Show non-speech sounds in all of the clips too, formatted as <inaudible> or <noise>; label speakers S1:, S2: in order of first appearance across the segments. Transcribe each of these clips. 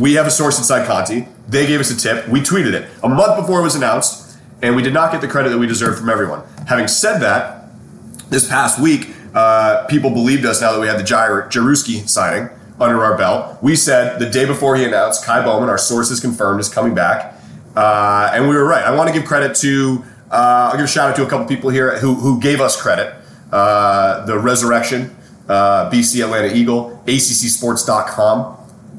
S1: We have a source inside Conti. They gave us a tip. We tweeted it a month before it was announced, and we did not get the credit that we deserved from everyone. Having said that, this past week, uh, people believed us now that we had the Jair- Jaruski signing under our belt. We said the day before he announced, Kai Bowman, our sources confirmed, is coming back. Uh, and we were right. I want to give credit to, uh, I'll give a shout out to a couple people here who, who gave us credit. Uh, the Resurrection, uh, BC Atlanta Eagle, ACCSports.com,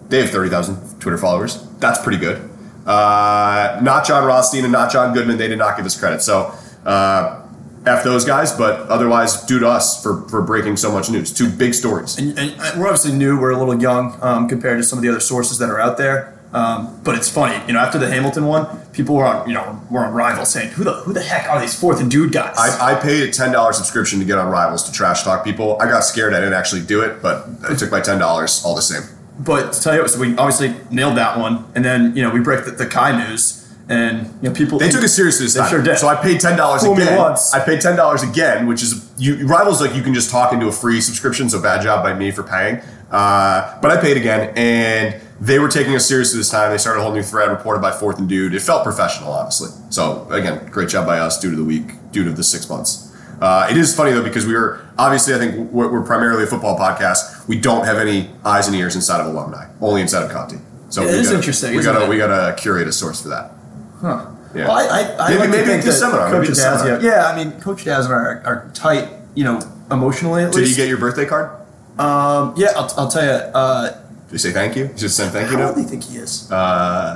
S1: they have 30,000 Twitter followers. That's pretty good. Uh, not John Rothstein and not John Goodman. They did not give us credit. So, uh, F those guys, but otherwise, due to us for, for breaking so much news. Two big stories.
S2: And, and I- we're obviously new. We're a little young um, compared to some of the other sources that are out there. Um, but it's funny, you know. After the Hamilton one, people were on, you know, were on Rival saying, "Who the who the heck are these fourth and dude guys?"
S1: I, I paid a $10 subscription to get on Rivals to trash talk people. I got scared I didn't actually do it, but I took my $10 all the same.
S2: but to tell you, what, so we obviously nailed that one, and then you know we break the, the Kai news, and you know people
S1: They took it seriously this
S2: They
S1: time.
S2: sure did.
S1: So I paid ten dollars
S2: Fool me
S1: again.
S2: once.
S1: I paid ten dollars again, which is you rivals like you can just talk into a free subscription. So bad job by me for paying. Uh, but I paid again, and they were taking us seriously this time. They started a whole new thread reported by Fourth and Dude. It felt professional, honestly. So again, great job by us. Due to the week, due to the six months. Uh, it is funny though because we are obviously I think we're, we're primarily a football podcast. We don't have any eyes and ears inside of alumni, only inside of Conti. So
S2: It
S1: we
S2: is
S1: gotta,
S2: interesting,
S1: We
S2: isn't
S1: gotta
S2: it?
S1: we gotta curate a source for that.
S2: Huh.
S1: Yeah.
S2: Well, I, I, I
S1: Maybe-
S2: like to
S1: maybe
S2: think
S1: the
S2: that
S1: seminar,
S2: Coach
S1: maybe the
S2: Daz-
S1: seminar.
S2: Yeah, I mean, Coach Daz and I are, are tight, you know, emotionally at
S1: Did you
S2: least.
S1: get your birthday card?
S2: um, yeah, I'll, I'll tell you. Uh,
S1: Did you say thank you? Did you just send thank you
S2: how old do
S1: note?
S2: you think he is? Uh,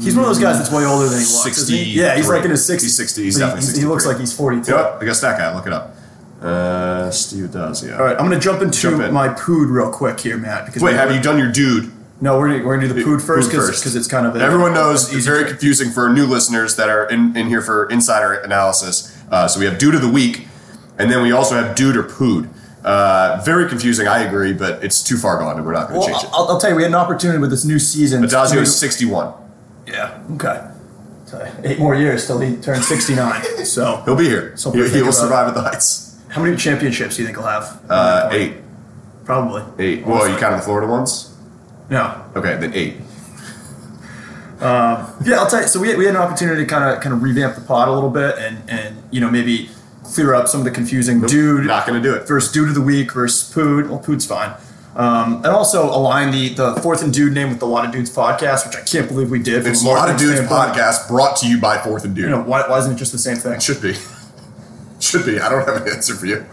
S2: he's one of those guys that's way older than he looks. isn't he?
S1: 63.
S2: Yeah, he's like in his 60s.
S1: He's 60, he's
S2: But he-
S1: definitely
S2: He looks
S1: 63.
S2: like he's 42.
S1: You know what? I guess that guy. Look it up. Uh, Steve does. Yeah.
S2: All right, I'm going to jump into
S1: Jump in.
S2: my pood real quick here, Matt. Because
S1: Wait,
S2: we're-
S1: have you done your dude?
S2: No, we're, gonna- we're going to do the pood first
S1: Food first.
S2: because it's kind of a,
S1: everyone knows.
S2: an
S1: It's
S2: easy
S1: very
S2: trick.
S1: confusing for new listeners that are in, in here for insider analysis. Uh, so we have dude of the week, and then we also have dude or pood. Uh, very confusing. I agree, but it's too far gone, and we're not going to
S2: Well,
S1: change it.
S2: I'll, I'll tell you, we had an opportunity with this new season.
S1: Adazio is 61.
S2: Yeah. Okay. So, Eight more years till he turns 69. so,
S1: He'll be here.
S2: Something to
S1: He- he
S2: think
S1: will
S2: about.
S1: survive at the heights.
S2: how many championships do you think he'll have?
S1: Uh, eight,
S2: Probably.
S1: eight. Well, you counted the Florida ones.
S2: No.
S1: Okay, then eight.
S2: Yeah, I'll tell you. So we, we had an opportunity to kind of kind of revamp the pod a little bit and and you know maybe clear up some of the confusing dude
S1: Not going to do it.
S2: versus dude of the week versus pood. Well, pood's fine. Um, and also align the the fourth and dude name with the lot of dudes podcast, which I can't believe we did. from
S1: It's a lot of
S2: marketing
S1: dudes
S2: standpoint.
S1: podcast brought to you by Fourth and Dude.
S2: You know why, why isn't it just the same thing?
S1: Should be, <laughs> should be. I don't have an answer for you.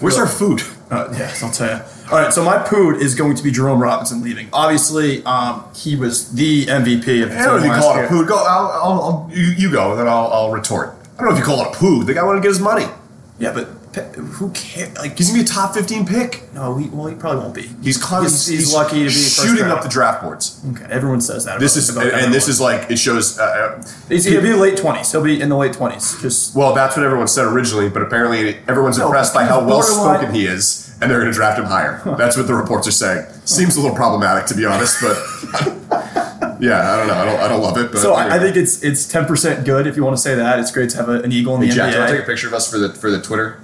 S1: Where's our food?
S2: Uh, yes, I'll tell you. All right, so my pood is going to be Jerome Robinson leaving. Obviously, um, he was the MVP of the
S1: I don't know if
S2: team
S1: you
S2: last
S1: call it a
S2: year.
S1: poo. Go, I'll, I'll, I'll, you, you go, and then I'll, I'll retort. I don't know if you call it a poo. The guy wanted to get his money.
S2: Yeah, but pe- who cares? Like,
S1: He's gonna be a top fifteen pick.
S2: no, Oh, he, well, he probably won't be.
S1: He's climbing.
S2: He's, he's lucky to be first
S1: shooting
S2: round.
S1: up the draft boards.
S2: Okay, everyone says that.
S1: This
S2: about-
S1: is
S2: about
S1: and, and this
S2: everyone.
S1: is like it shows. Uh, uh,
S2: He's, he'll be late twenties. He'll be in the late twenties. Just
S1: Well, that's what everyone said originally, but apparently everyone's
S2: No,
S1: impressed by
S2: he's
S1: how well
S2: borderline-
S1: spoken he is, and they're going to draft him higher. That's what the reports are saying. Seems a little problematic, to be honest, but <laughs> yeah, I don't know. I don't, I don't love it. But
S2: so I, I think it's it's ten percent good if you want to say that. It's great to have a, an eagle in the
S1: Jack, do you want to
S2: NBA.
S1: take a picture of us for the for the Twitter?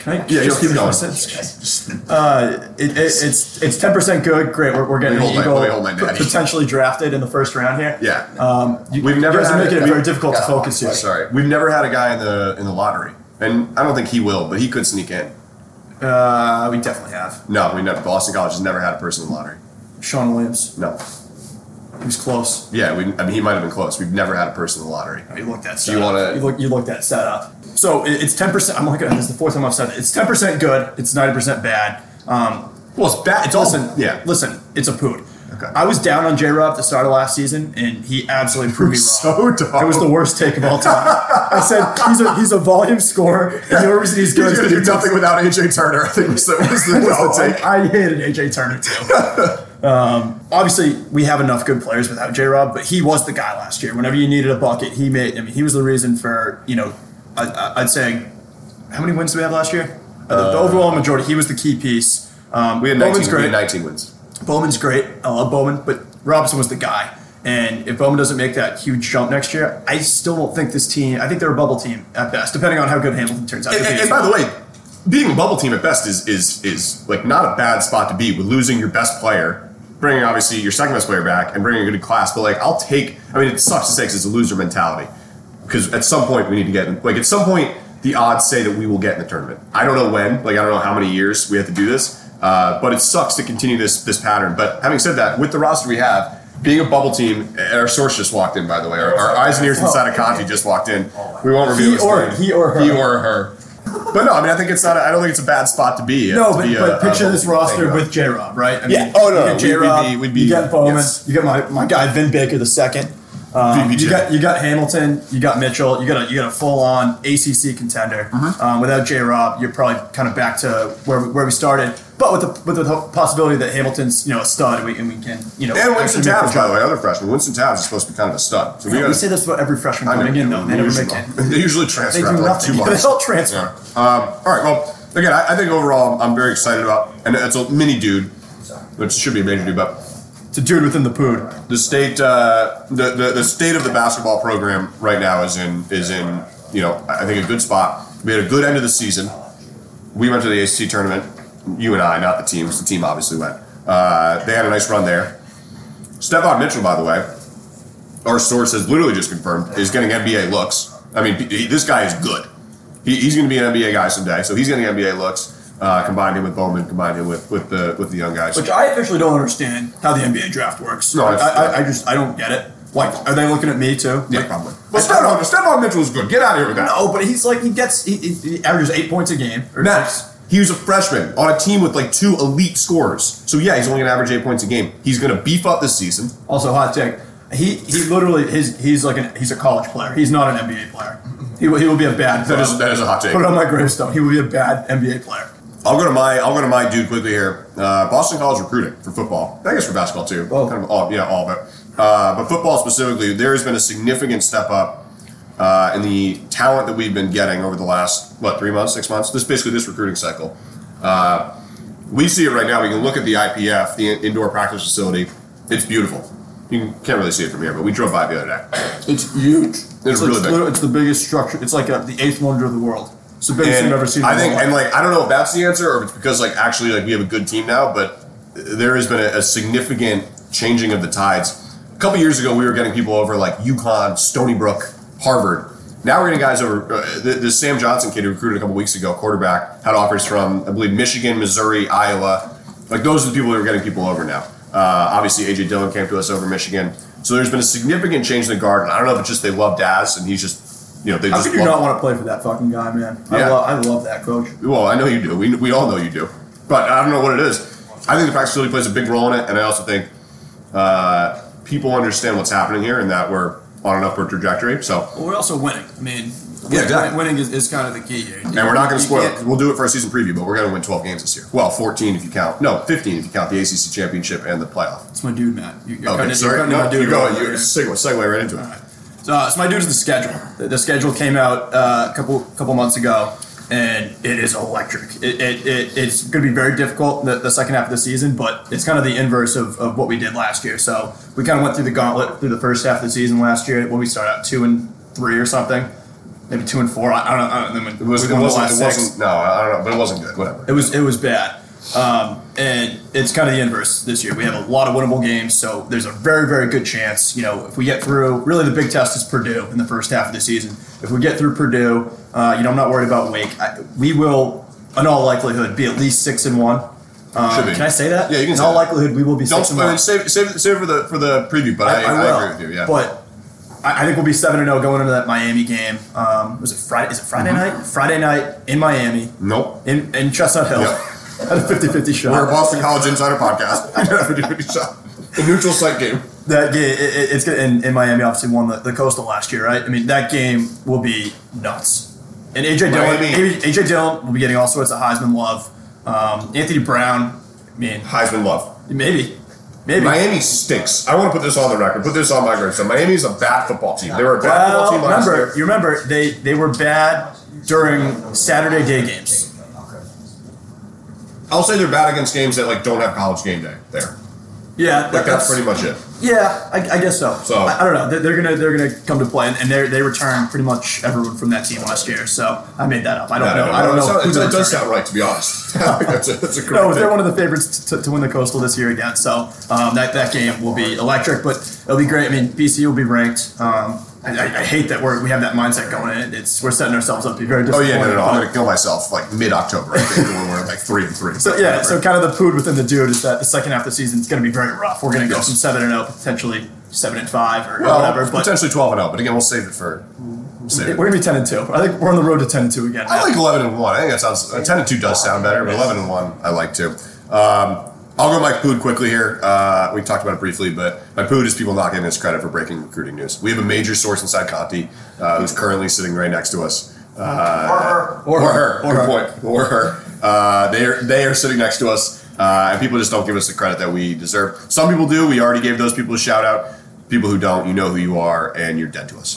S2: Can I
S1: Yeah, just keep going.
S2: Uh, it, it, it's it's ten percent good. Great, we're, we're getting
S1: Let
S2: an
S1: me hold my-
S2: eagle
S1: let me hold my natty.
S2: potentially drafted in the first round here.
S1: Yeah.
S2: um, you,
S1: We've never
S2: you guys are
S1: had
S2: making it
S1: we-
S2: very difficult
S1: yeah,
S2: to focus here.
S1: Sorry, we've never had a guy in the in the lottery, and I don't think he will, but he could sneak in.
S2: Uh, we definitely have
S1: No, we never. Boston College has never had a person in the lottery.
S2: Sean Williams.
S1: No.
S2: He was close.
S1: Yeah, we, I mean, he might have been close. We've never had a person in the lottery.
S2: You looked that.
S1: Do you wanna-
S2: You look. You looked that set up. So it, it's ten percent. I'm like, this is the fourth time I've said it. It's ten percent good. It's ninety percent bad. Um,
S1: Well, it's bad. It's
S2: listen,
S1: also yeah.
S2: Listen, it's a poot.
S1: Okay.
S2: I was down on J Rob at the start of last season, and he absolutely proved me wrong.
S1: <laughs> So dumb.
S2: It was the worst take of all time. I said he's a he's a volume scorer, and the only reason he's good
S1: <laughs>
S2: is
S1: He's gonna
S2: because he
S1: do nothing without AJ Turner. I think was the, was <laughs> the, was the
S2: I-
S1: take.
S2: I, hated AJ Turner too. um,
S1: <laughs>
S2: obviously, we have enough good players without J Rob, but he was the guy last year. Whenever you needed a bucket, he made. I mean, he was the reason for you know. I- I, I'd say, how many wins did we have last year? Uh, the, the overall majority. He was the key piece. Um,
S1: we had
S2: Bowman's
S1: 19, we had
S2: great.
S1: 19 wins.
S2: Bowman's great. I love Bowman, but Robinson was the guy. And if Bowman doesn't make that huge jump next year, I still don't think this team. I think they're a bubble team at best, depending on how good Hamilton turns out.
S1: And,
S2: to
S1: and-
S2: be.
S1: and by the way, being a bubble team at best is is is like not a bad spot to be with losing your best player, bringing obviously your second best player back, and bringing a good class. But like, I'll take. I mean, it sucks to say 'cause it's a loser mentality. Because at some point we need to get in- like at some point the odds say that we will get in the tournament. I don't know when. Like I don't know how many years we have to do this. Uh, but it sucks to continue this this pattern. But having said that, with the roster we have. Being a bubble team, and our source just walked in. By the way, our, our eyes and ears inside of Conti just walked in. We won't reveal
S2: He
S1: his
S2: or-
S1: name.
S2: he or her.
S1: He or her. But no, I mean, I think it's not. A, I don't think it's a bad spot to be.
S2: No,
S1: to
S2: but,
S1: be a-
S2: but picture
S1: a-
S2: this
S1: a-
S2: roster
S1: a-
S2: with J Rob, right? I
S1: Yeah. Oh, no,
S2: you
S1: no,
S2: get
S1: we'd-
S2: J Rob,
S1: we'd be-
S2: we'd be,
S1: we'd be-
S2: you get Bowman,
S1: yes.
S2: you got my, my guy Vin Baker the second. Um,
S1: VBJ.
S2: you got you got Hamilton, you got Mitchell, you got a you got a full on ACC contender.
S1: Mm-hmm.
S2: Um, without J Rob, you're probably kind of back to where, we- where we started, but with the with the possibility that Hamilton's you know a stud, and we, and we can you know
S1: and Winston
S2: actually make
S1: Tabs,
S2: the
S1: by
S2: jump.
S1: the way, other freshman. Winston Tabs is supposed to be kind of a stud. So we,
S2: We
S1: gotta-
S2: say this about every freshman
S1: I know,
S2: coming in, though. They never
S1: usually-
S2: make it.
S1: <laughs> They usually
S2: They
S1: transfer
S2: do
S1: after like two
S2: nothing. <laughs>
S1: months.
S2: They all transfer.
S1: Yeah. Um, all right. Well, again, I, I think overall I'm, I'm very excited about, and it's a mini dude, which should be a major dude, but
S2: It's a dude within the pood.
S1: the state uh, the, the the state of the basketball program right now is in is in you know I think a good spot. We had a good end of the season. We went to the ACC tournament. You and I, not the teams. The team obviously went. Uh, they had a nice run there. Stephon Mitchell, by the way, our source has literally just confirmed is getting NBA looks. I mean, he- this guy is good. He, he's going to be an NBA guy someday, so he's getting NBA looks. Uh, combined him with Bowman, combined him with, with the with the young guys.
S2: Which I officially don't understand how the NBA draft works.
S1: No,
S2: I,
S1: it's-
S2: I, I just I don't get it. Like, are they looking at me too?
S1: Yeah,
S2: Like,
S1: probably.
S2: I-
S1: But Stephon, Stephon Mitchell is good. Get out of here with that.
S2: no, but he's like he gets he, he, he averages eight points a game. Or
S1: Max, he was a freshman on a team with like two elite scorers. So yeah, he's only gonna average eight points a game. He's gonna beef up this season.
S2: Also, hot take. He he literally his he's like an he's a college player. He's not an NBA player. He will, he will be a bad.
S1: That is that is a hot take.
S2: Put it on my gravestone. He will be a bad NBA player.
S1: I'll go to my I'll go to my dude quickly here. Uh, Boston College recruiting for football. I guess for basketball too.
S2: Oh.
S1: Kind of all yeah all of it. Uh, but football specifically, there has been a significant step up uh, in the talent that we've been getting over the last what three months, six months. This basically this recruiting cycle. Uh, we see it right now. We can look at the IPF, the in- indoor practice facility. It's beautiful. You can- can't really see it from here, but we drove by the other day.
S2: It's huge. It's,
S1: It's really
S2: like,
S1: big.
S2: literally- it's the biggest structure. It's like a, the eighth wonder of the world. It's the biggest
S1: And
S2: thing I've ever seen. in
S1: I
S2: my
S1: think,
S2: life.
S1: and like, I don't know if that's the answer or if it's because like actually like we have a good team now, but there has been a, a significant changing of the tides. A couple years ago, we were getting people over like UConn, Stony Brook, Harvard. Now we're getting guys over. Uh, the, the Sam Johnson kid who recruited a couple weeks ago, quarterback, had offers from I believe Michigan, Missouri, Iowa. Like those are the people that are getting people over now. Uh, obviously, AJ Dillon came to us over Michigan. So there's been a significant change in the guard, and I don't know if it's just they love Daz and he's just, you know, they
S2: how
S1: just
S2: could you not
S1: love
S2: want to play for that fucking guy, man? I,
S1: Yeah.
S2: love, I love that coach.
S1: well, I know you do. We, we all know you do. But I don't know what it is. I think the practice facility plays a big role in it, and I also think uh, people understand what's happening here and that we're on an upward trajectory. So,
S2: But we're also winning. I mean,
S1: Yeah, exactly.
S2: winning is, is kind of the key here.
S1: and we're not going to spoil it. 'cause We'll do it for a season preview, but we're going to win 12 games this year. Well, 14 if you count. No, 15 if you count the ACC championship and the playoff.
S2: It's my dude, Matt. You- You're
S1: Okay,
S2: cutting,
S1: sorry.
S2: You're cutting
S1: No,
S2: my dude.
S1: you go.
S2: right
S1: You
S2: there.
S1: segue, segue right into it.
S2: So, uh, so my dude's the schedule. The, the schedule came out uh, a couple couple months ago, and it is electric. It, it, it, it's going to be very difficult the, the second half of the season, but it's kind of the inverse of, of what we did last year. So we kind of went through the gauntlet through the first half of the season last year when we started out two and three or something. maybe two and four. I, I don't know. I don't, know. I mean,
S1: It, was,
S2: we
S1: it,
S2: won the
S1: wasn't,
S2: last
S1: it
S2: six.
S1: wasn't. No, I don't know, but it wasn't good. Whatever.
S2: It was it was bad. Um, and it's kind of the inverse this year. We have a lot of winnable games, so there's a very very good chance. You know, if we get through, really the big test is Purdue in the first half of the season. If we get through Purdue, uh, you know, I'm not worried about Wake. I, we will, in all likelihood, be at least six and one. Um,
S1: Should be.
S2: Can I say that?
S1: Yeah, you can
S2: In
S1: say
S2: all
S1: that.
S2: likelihood, we will be
S1: Don't
S2: six and one.
S1: I mean, save, save, save it for the for the preview. But I, I, agree with you. Yeah.
S2: But I, I think we'll be seven and zero going into that Miami game. Um, was it Friday? Is it Friday night? Friday night in Miami
S1: nope.
S2: in in Chestnut Hill.
S1: Yeah.
S2: <laughs> At a 50-50 shot.
S1: We're a Boston College Insider podcast. <laughs> the neutral site game.
S2: That game, it, it- it's good. And, and Miami obviously won the, the Coastal last year, right? I mean, that game will be nuts. And AJ Dillon,
S1: Miami.
S2: AJ, Dillon will be getting all sorts of Heisman love. Um, Anthony Brown, I mean,
S1: Heisman love.
S2: maybe, maybe.
S1: Miami stinks. I want to put this on the record. Put this on my gravestone. Miami's a bad football team. They were a bad
S2: Well,
S1: football team last
S2: remember,
S1: year.
S2: you remember they they were bad during Saturday day games.
S1: I'll say they're bad against games that like don't have college game day there.
S2: Yeah,
S1: Like that's pretty much it.
S2: Yeah, I, I guess so.
S1: So-
S2: I, I don't know. They're, they're gonna they're gonna come to play, and, and they they return pretty much everyone from that team last year. So I made that up. I don't know. I don't know.
S1: It,
S2: who
S1: sounds-
S2: they're
S1: it does
S2: returning.
S1: sound right, to be honest. <laughs> that's, a, that's a correct.
S2: No, they're
S1: pick.
S2: one of the favorites to, to win the Coastal this year again. So um, that that game will be electric, but it'll be great. I mean, BC will be ranked. Um, I, I, I hate that we're, we have that mindset going in. It's we're setting ourselves up to be very
S1: Oh
S2: disappointed.
S1: yeah, no, no, no. I'm
S2: But-
S1: gonna kill myself like mid-October. I think when we're like three and three.
S2: So yeah, so kind of the food within the dude is that the second half of the season is going to be very rough. We're going to go
S1: Yes.
S2: from seven and zero, potentially seven and five or
S1: well,
S2: whatever. But
S1: potentially twelve and zero. But again, we'll save it for. we'll save
S2: we're
S1: it.
S2: going to be ten and two. I think we're on the road to ten and two again.
S1: I like eleven and one. I think that sounds uh, ten and two does sound better, but eleven and one I like too. Um, I'll go Mike Pood quickly here. Uh, we talked about it briefly, but my Pood is people not giving us credit for breaking recruiting news. We have a major source inside Conti uh, who's currently sitting right next to us. Uh,
S2: Or her. Or
S1: Good
S2: her.
S1: point. Or her. Uh, they are they are sitting next to us, uh, and people just don't give us the credit that we deserve. Some people do. We already gave those people a shout out. People who don't, you know who you are, and you're dead to us.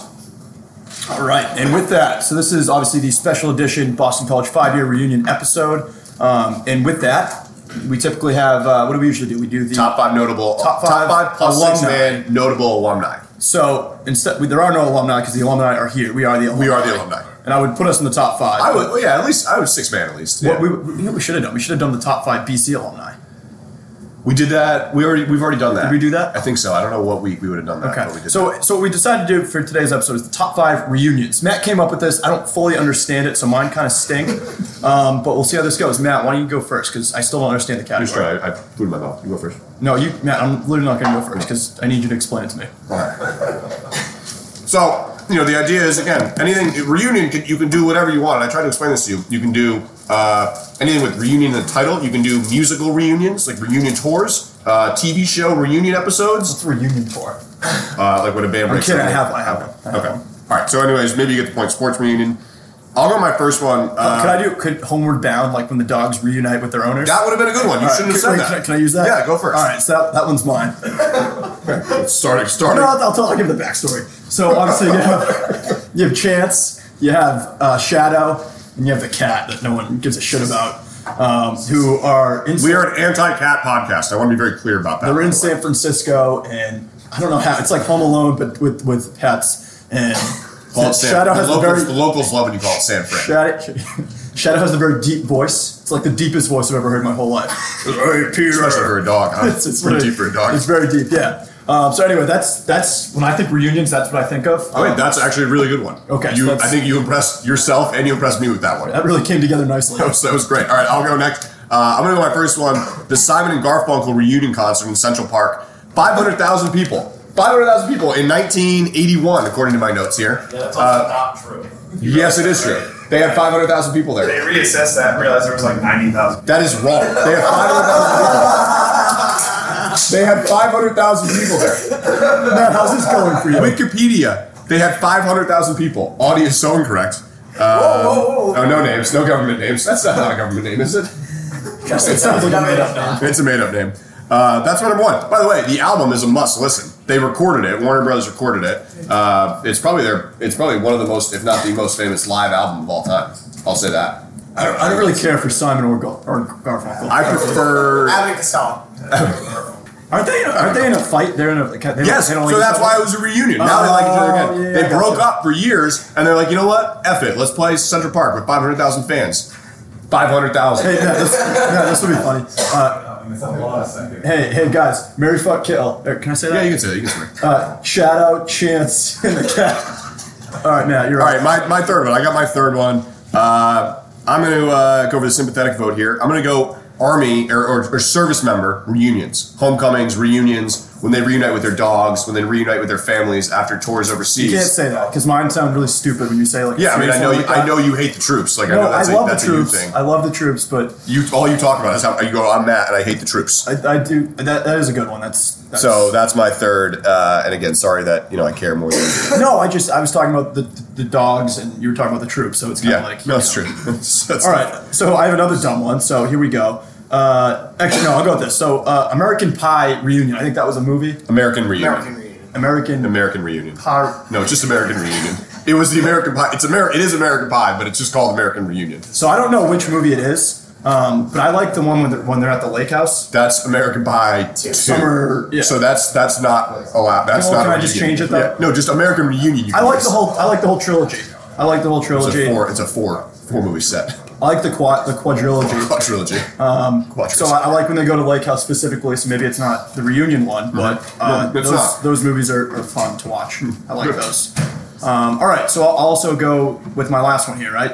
S2: All right, and with that, so this is obviously the special edition Boston College five year reunion episode. Um, and with that, we typically have uh, what do we usually do? We do the
S1: Top five notable.
S2: Top five
S1: plus six
S2: alumni.
S1: man notable alumni.
S2: So instead, we, there are no alumni because the alumni are here. We are the alumni.
S1: We are the alumni.
S2: And I would put us in the top five.
S1: I would, well, yeah, at least I was six man at least.
S2: What
S1: Yeah.
S2: we, we, you know what we should have done. We should have done the top five BC alumni.
S1: We did that. We already we've already done that.
S2: Did we do that?
S1: I think so. I don't know what week we would have done that. but we
S2: Okay.
S1: did
S2: So,
S1: that.
S2: so what we decided to do for today's episode is the top five reunions. Matt came up with this. I don't fully understand it, so mine kind of
S1: <laughs>
S2: stink. um, but we'll see how this goes. Matt, why don't you go first? Because I still don't understand the
S1: Just
S2: category.
S1: try. I, I put it in my mouth. You go first.
S2: No, you, Matt. I'm literally not going to go first because I need you to explain it to me.
S1: So you know the idea is again anything reunion can, you can do whatever you want. And I tried to explain this to you. You can do uh, anything with reunion in the title. You can do musical reunions like reunion tours, uh, TV show reunion episodes,
S2: It's reunion tour.
S1: uh, like when a band
S2: I'm
S1: breaks.
S2: kidding. I
S1: up.
S2: have. I have one. I have
S1: Okay.
S2: one.
S1: All right. So anyways, maybe you get the point. Sports reunion. I'll go my first one. Uh,
S2: could I do? Could Homeward Bound, like when the dogs reunite with their owners?
S1: that would have been a good one. You
S2: All right,
S1: shouldn't have
S2: could- wait,
S1: said that.
S2: Can I, can I use that?
S1: Yeah, go first.
S2: All right, so that, that onene's mine.
S1: Starting, starting.
S2: No, I'll, I'll, tell, I'll give the backstory. So obviously you have <laughs> you have Chance, you have uh, Shadow, and you have the cat that no one gives a shit about, um, who are in
S1: We are an anti-cat podcast. I want to be very clear about that.
S2: they're
S1: by
S2: in
S1: the way.
S2: San Francisco, and I don't know how it's like Home Alone, but with with pets. And
S1: Call it San-
S2: Shadow
S1: the
S2: has a very
S1: locals, the locals love when you call it San Fran.
S2: Shadow, Shadow has a very deep voice. It's like the deepest voice I've ever heard in my whole life. hey, Peter.
S1: Especially for a <laughs> dog. Huh?
S2: <laughs> it's, it's
S1: pretty
S2: really-
S1: deep for a dog.
S2: It's very deep, yeah. Um, so anyway, that's that's when I think reunions, that's what I think of.
S1: Oh, wait,
S2: Um,
S1: that's actually a really good one.
S2: Okay,
S1: You,
S2: so
S1: I
S2: that's-
S1: think you impressed yourself and you impressed me with that one.
S2: that really came together nicely.
S1: <laughs> That was, that was great. All right, I'll go next. Uh, I'm going to go my first one the Simon and Garfunkel reunion concert in Central Park. 500,000 people. 500,000 people in 1981, according to my notes here.
S3: That's also not true.
S1: Yes, it is true. They had 500,000 people there.
S3: They reassessed that and realized there was like 90,000.
S1: That is wrong. They have 500,000 people. They had 500,000 people there.
S2: Matt, how's this going for
S1: <laughs>
S2: you?
S1: Wikipedia, they had 500,000 people. Audio is so incorrect.
S2: whoa,
S1: Oh, no names, no government names. That's not not a government name, is it?
S2: It sounds like you made up now.
S1: It's a made up name. Uh, that's what number one. By the way, the album is a must listen. They recorded it. Warner Brothers recorded it. Uh, it's probably their. It's probably one of the most, if not the most famous live album of all time. I'll say that.
S2: I don't, I don't really care for Simon or, Gar- or Garfunkel.
S1: I prefer.
S3: I like the song.
S2: Aren't they? Aren't they in a fight? They're in a. They don't-
S1: Yes,
S2: They
S1: so
S2: don't like
S1: that's
S2: each other?
S1: why it was a reunion. Now they like each other
S2: Oh,
S1: again.
S2: yeah,
S1: they
S2: I gotcha.
S1: broke up for years, and they're like, you know what? F it. Let's play Central Park with 500,000 fans. 500,000.
S2: Hey, yeah, this, yeah, this will be funny. Uh,
S3: It's a lot of second.
S2: hey, hey, guys, Mary fuck kill. Uh, Can I say that?
S1: Yeah, you can say that. You can swear.
S2: Uh, shout out Chance and the cat. All right, Matt, you're
S1: All right, my, my third one. I got my third one. Uh, I'm going to uh, go for the sympathetic vote here. I'm going to go Army or, or, or service member reunions, homecomings, reunions, when they reunite with their dogs, when they reunite with their families after tours
S2: You
S1: overseas.
S2: can't say that because mine sound really stupid when you say like.
S1: yeah, I mean, I know,
S2: something
S1: you,
S2: like
S1: I
S2: that.
S1: know you hate the troops. Like, I
S2: No,
S1: know
S2: I,
S1: that's,
S2: love
S1: a, that's
S2: the
S1: a you
S2: troops.
S1: thing.
S2: I love the troops, but
S1: You all you talk about is how you go. I'm Matt, and I hate the troops.
S2: I, I do. That, that is a good one. That's, that's
S1: So that's my third. Uh, and again, sorry that you know I care
S2: <laughs>
S1: more than. you.
S2: No, I just I was talking about the the dogs, and you were talking about the troops, so it's kind of
S1: Yeah,
S2: like
S1: no, that's
S2: you
S1: true. <laughs>
S2: know.
S1: That's-
S2: All right, so I have another dumb one. So here we go. Uh, actually, no, I'll go with this. So uh, American Pie reunion. I think that was a movie.
S1: American reunion.
S4: American reunion.
S2: American
S1: American reunion.
S2: Pie.
S1: No, just American reunion. It was the American Pie. It's Amer. It is American Pie, but it's just called American Reunion.
S2: So I don't know which movie it is, um, but I like the one when they're, when they're at the lake house.
S1: That's American Pie two.
S2: Summer- yeah.
S1: So that's that's not allowed. That's
S2: Well,
S1: not.
S2: can
S1: a
S2: I just
S1: reunion.
S2: change it, though?
S1: Yeah. No, just American Reunion. You
S2: I
S1: can
S2: like
S1: just-
S2: the whole I like the whole trilogy. I like the whole
S1: It's
S2: trilogy.
S1: a four. It's a four four movie set. <laughs>
S2: I like the quad the quadrilogy.
S1: Quadrilogy. Um. Quadrilogy.
S2: So I, I like when they go to Lake House specifically. So maybe it's not the reunion one, but uh,
S1: No, it's
S2: those,
S1: not. Hmm.
S2: those movies are, are fun to watch. I like those. Um, all right, so I'll also go with my last one here. Right,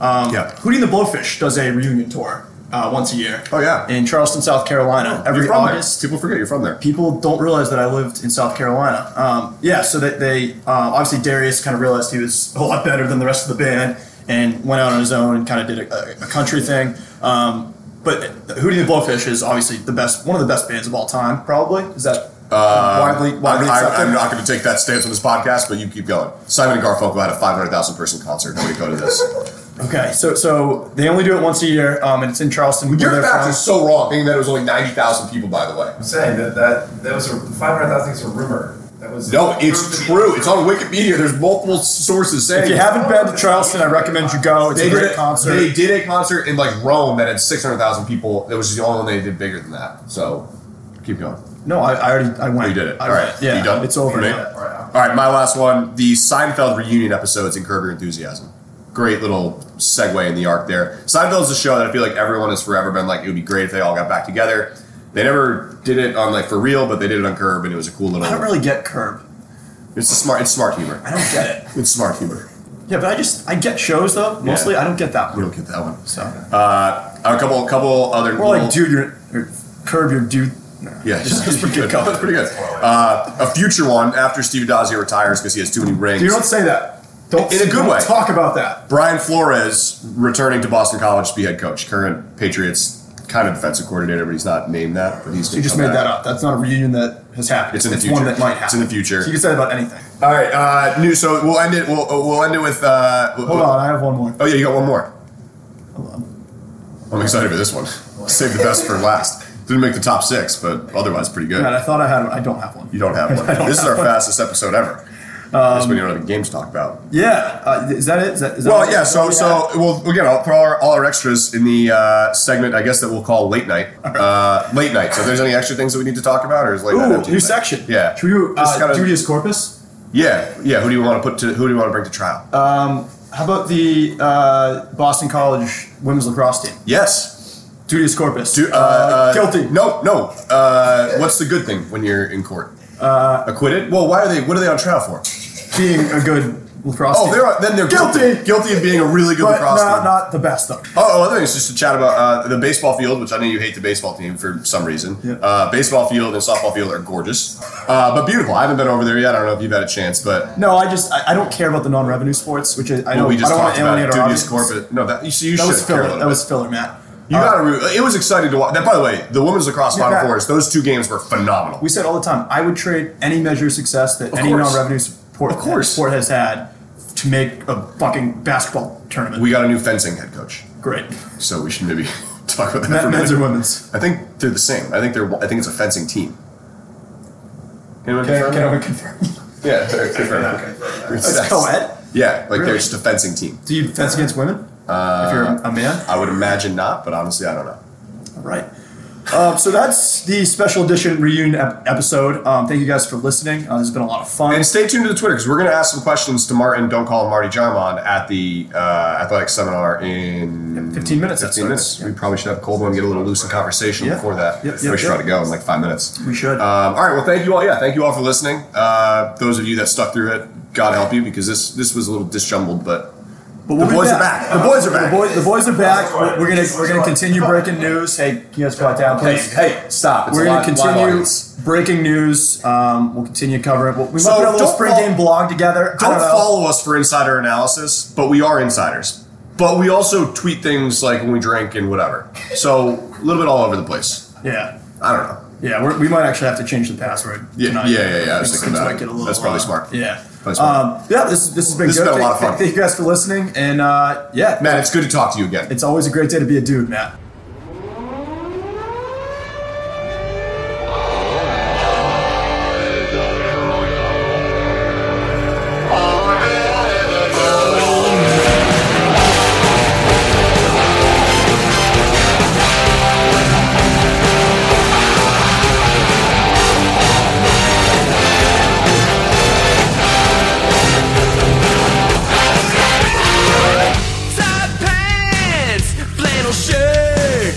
S1: yeah.
S2: Hootie and the Blowfish does a reunion tour uh, once a year.
S1: Oh, yeah. Oh,
S2: in Charleston, South Carolina, every
S1: You're from there.
S2: August.
S1: People forget you're from there.
S2: People don't realize that I lived in South Carolina. Um, yeah, so that they uh, obviously Darius kind of realized he was a lot better than the rest of the band and went out on his own and kind of did a, a, a country thing. Um, but Hootie and the Blowfish is obviously the best, one of the best bands of all time, probably. Is that widely widely
S1: Uh, I,
S2: accepted?
S1: am not going to take that stance on this podcast, but you keep going. Simon and Garfunkel had a 500,000 person concert. Nobody go
S2: <laughs>
S1: to this.
S2: okay, so so they only do it once a year, um, and it's in Charleston. where
S1: Your
S2: they're
S1: fact
S2: from.
S1: is so wrong, being that it was only 90,000 people, by the way.
S3: I'm saying that that, that was a 500,000 is a rumor. That was
S1: No,
S3: proved to
S1: it's
S3: be
S1: true. It's on Wikipedia. There's multiple sources saying
S2: if you haven't been to Charleston, I recommend you go. It's
S1: they
S2: a
S1: did
S2: great
S1: a,
S2: concert.
S1: They did a concert in like Rome that had 600,000 people. It was the only one they did bigger than that. So keep going.
S2: no, I, I already I went.
S1: Oh, you did it.
S2: I
S1: All right.
S2: went. yeah,
S1: You done?
S2: It's over.
S1: You made it?
S2: now.
S3: All right,
S1: All right, my last one: the Seinfeld reunion episodes in Curb Your Enthusiasm. Great little segue in the arc there. Seinfeld's a show that I feel like everyone has forever been like, it would be great if they all got back together. They never did it on like for real, but they did it on Curb, and it was a cool little.
S2: I don't really get Curb.
S1: it's a smart. It's smart humor.
S2: I don't get it.
S1: It's smart humor.
S2: Yeah, but I just I get shows though. Mostly, I don't get that
S1: We
S2: one.
S1: don't get that one.
S2: So
S1: Uh, a couple, couple other.
S2: more
S1: little-
S2: like dude, you're, or curb your dude. No.
S1: Yeah,
S2: just, just
S1: <laughs>
S2: forget
S1: That's
S2: color.
S1: pretty good. Uh, a future one after Steve Dazio retires because he has too many rings.
S2: You don't say that. Don't
S1: In a good
S2: don't
S1: way.
S2: Talk about that.
S1: Brian Flores returning to Boston College to be head coach, current Patriots kind of defensive coordinator, but he's not named that. But he's
S2: You just made that up. That's not a reunion that has happened.
S1: It's in the
S2: one
S1: future.
S2: that might happen.
S1: It's in the future.
S2: So you can say that about anything.
S1: All right, uh, new. So we'll end it. We'll we'll end it with. Uh,
S2: Hold on, I have one more.
S1: Oh yeah, you got one more.
S2: Hold on.
S1: I'm excited for this one. Save the best for last. Didn't make the top six, but otherwise pretty good.
S2: God, I thought I had one. I don't have one.
S1: You
S2: <laughs>
S1: don't have one.
S2: I don't
S1: this is our
S2: have one.
S1: fastest episode ever. That's when you don't have games to talk about.
S2: Yeah. Uh, is that it? Is that, is that
S1: Well,
S2: what-
S1: yeah.
S2: is that
S1: So,
S2: what we
S1: so well, again, I'll put all our, all our extras in the uh, segment. I guess that we'll call late night. Uh, late night. So, if there's any extra things that we need to talk about, or is late
S2: had?
S1: night?
S2: Ooh,
S1: empty
S2: new
S1: tonight?
S2: section.
S1: Yeah.
S2: Should we do
S1: Just
S2: uh,
S1: kinda-
S2: Dubious Corpus?
S1: Yeah, yeah. Who do you want to put to? Who do you want to bring to trial?
S2: Uh, How about the uh, Boston College women's lacrosse team?
S1: yes.
S2: Dubious Corpus.
S1: Do, uh,
S2: Uh,
S1: uh,
S2: guilty.
S1: No, no. Uh, what's the good thing when you're in court? Uh, Acquitted. Well, why are they? What are they on trial for?
S2: being a good lacrosse
S1: Oh,
S2: team.
S1: they're on- then they're
S2: Guilty.
S1: guilty, guilty of being a really good
S2: but
S1: lacrosse
S2: not,
S1: team.
S2: not the best though.
S1: Oh, other things just to chat about uh, the baseball field, which I know you hate the baseball team for some reason.
S2: Yeah.
S1: Uh, baseball field and softball field are gorgeous, uh, but beautiful. I haven't been over there yet. I don't know if you've had a chance, but
S2: No, I just I, I don't care about the non-revenue sports, which is, I know
S1: we just
S2: I don't want
S1: talked
S2: to
S1: about
S2: alienate
S1: it.
S2: our
S1: Dubious
S2: audience.
S1: Corpus. No, that you, you
S2: That
S1: should
S2: was
S1: care a
S2: filler.
S1: little
S2: That
S1: bit.
S2: was filler, Matt.
S1: You
S2: Uh,
S1: got to. Re- it was exciting to watch. That, by the way, the women's lacrosse
S2: Yeah,
S1: final
S2: that-
S1: fours. Those two games were phenomenal.
S2: We said all the time. I would trade any measure of success that any
S1: course.
S2: non-revenue support
S1: Of course.
S2: sport has had to make a fucking basketball tournament.
S1: we got a new fencing head coach, <laughs>
S2: Great.
S1: so we should maybe talk about that. for
S2: Men-
S1: a
S2: Men's
S1: minute.
S2: or women's?
S1: I think they're the same. I think they're. I think it's a fencing team. Anyone
S2: Can, I-
S1: confirm
S2: can
S1: that?
S2: I confirm?
S1: Yeah, <laughs> they're confirmed.
S2: It's co-ed?
S1: Yeah, like they're
S2: Really?
S1: just a fencing team.
S2: Do you fence against women? Uh, if you're a man,
S1: I would imagine not, but honestly, I don't know.
S2: right? Um, so that's the special edition reunion ep- episode. Um, thank you guys for listening. Uh, this has been a lot of fun.
S1: And stay tuned to the Twitter because we're going to ask some questions to Martin. Don't call him Marty Jarmon at the uh, athletic seminar in
S2: 15 minutes, that's
S1: 15 minutes.
S2: right.
S1: We probably should have Coldwell and get a little loose in conversation
S2: Yeah.
S1: before that.
S2: Yep, yep,
S1: we should
S2: yep.
S1: try to go in like five minutes.
S2: We should.
S1: Um, all right. Well, thank you all. Yeah, thank you all for listening. Uh, those of you that stuck through it, God help you because this this was a little disjumbled, but
S2: But we'll
S1: The
S2: be
S1: boys are back. The boys are back.
S2: The, boy, the boys are back. We're, we're gonna we're gonna continue breaking news. Hey, can you guys quiet down, please?
S1: hey, stop. It's
S2: we're
S1: a
S2: gonna
S1: live- live
S2: continue
S1: audience.
S2: breaking news. Um, we'll continue covering. We'll, we
S1: So
S2: might put a little
S1: don't
S2: spring
S1: fol-
S2: game blog together. I
S1: don't
S2: know.
S1: follow us for insider analysis, but we are insiders. But we also tweet things like when we drink and whatever. So a little bit all over the place.
S2: Yeah,
S1: I don't know.
S2: yeah. We're, we might actually have to change the password.
S1: Yeah,
S2: tonight.
S1: yeah, yeah, yeah, I was
S2: Things
S1: thinking about
S2: might
S1: it.
S2: get a little,
S1: That's probably
S2: uh,
S1: smart.
S2: Yeah.
S1: Probably smart.
S2: Um, yeah, this, this has been
S1: This has
S2: good.
S1: been a lot
S2: Thank-
S1: of fun.
S2: Thank you guys for listening, and uh, yeah,
S1: Matt, it's good to talk to you again.
S2: it's always a great day to be a dude, Matt.
S4: Tight pants, flannel shirt.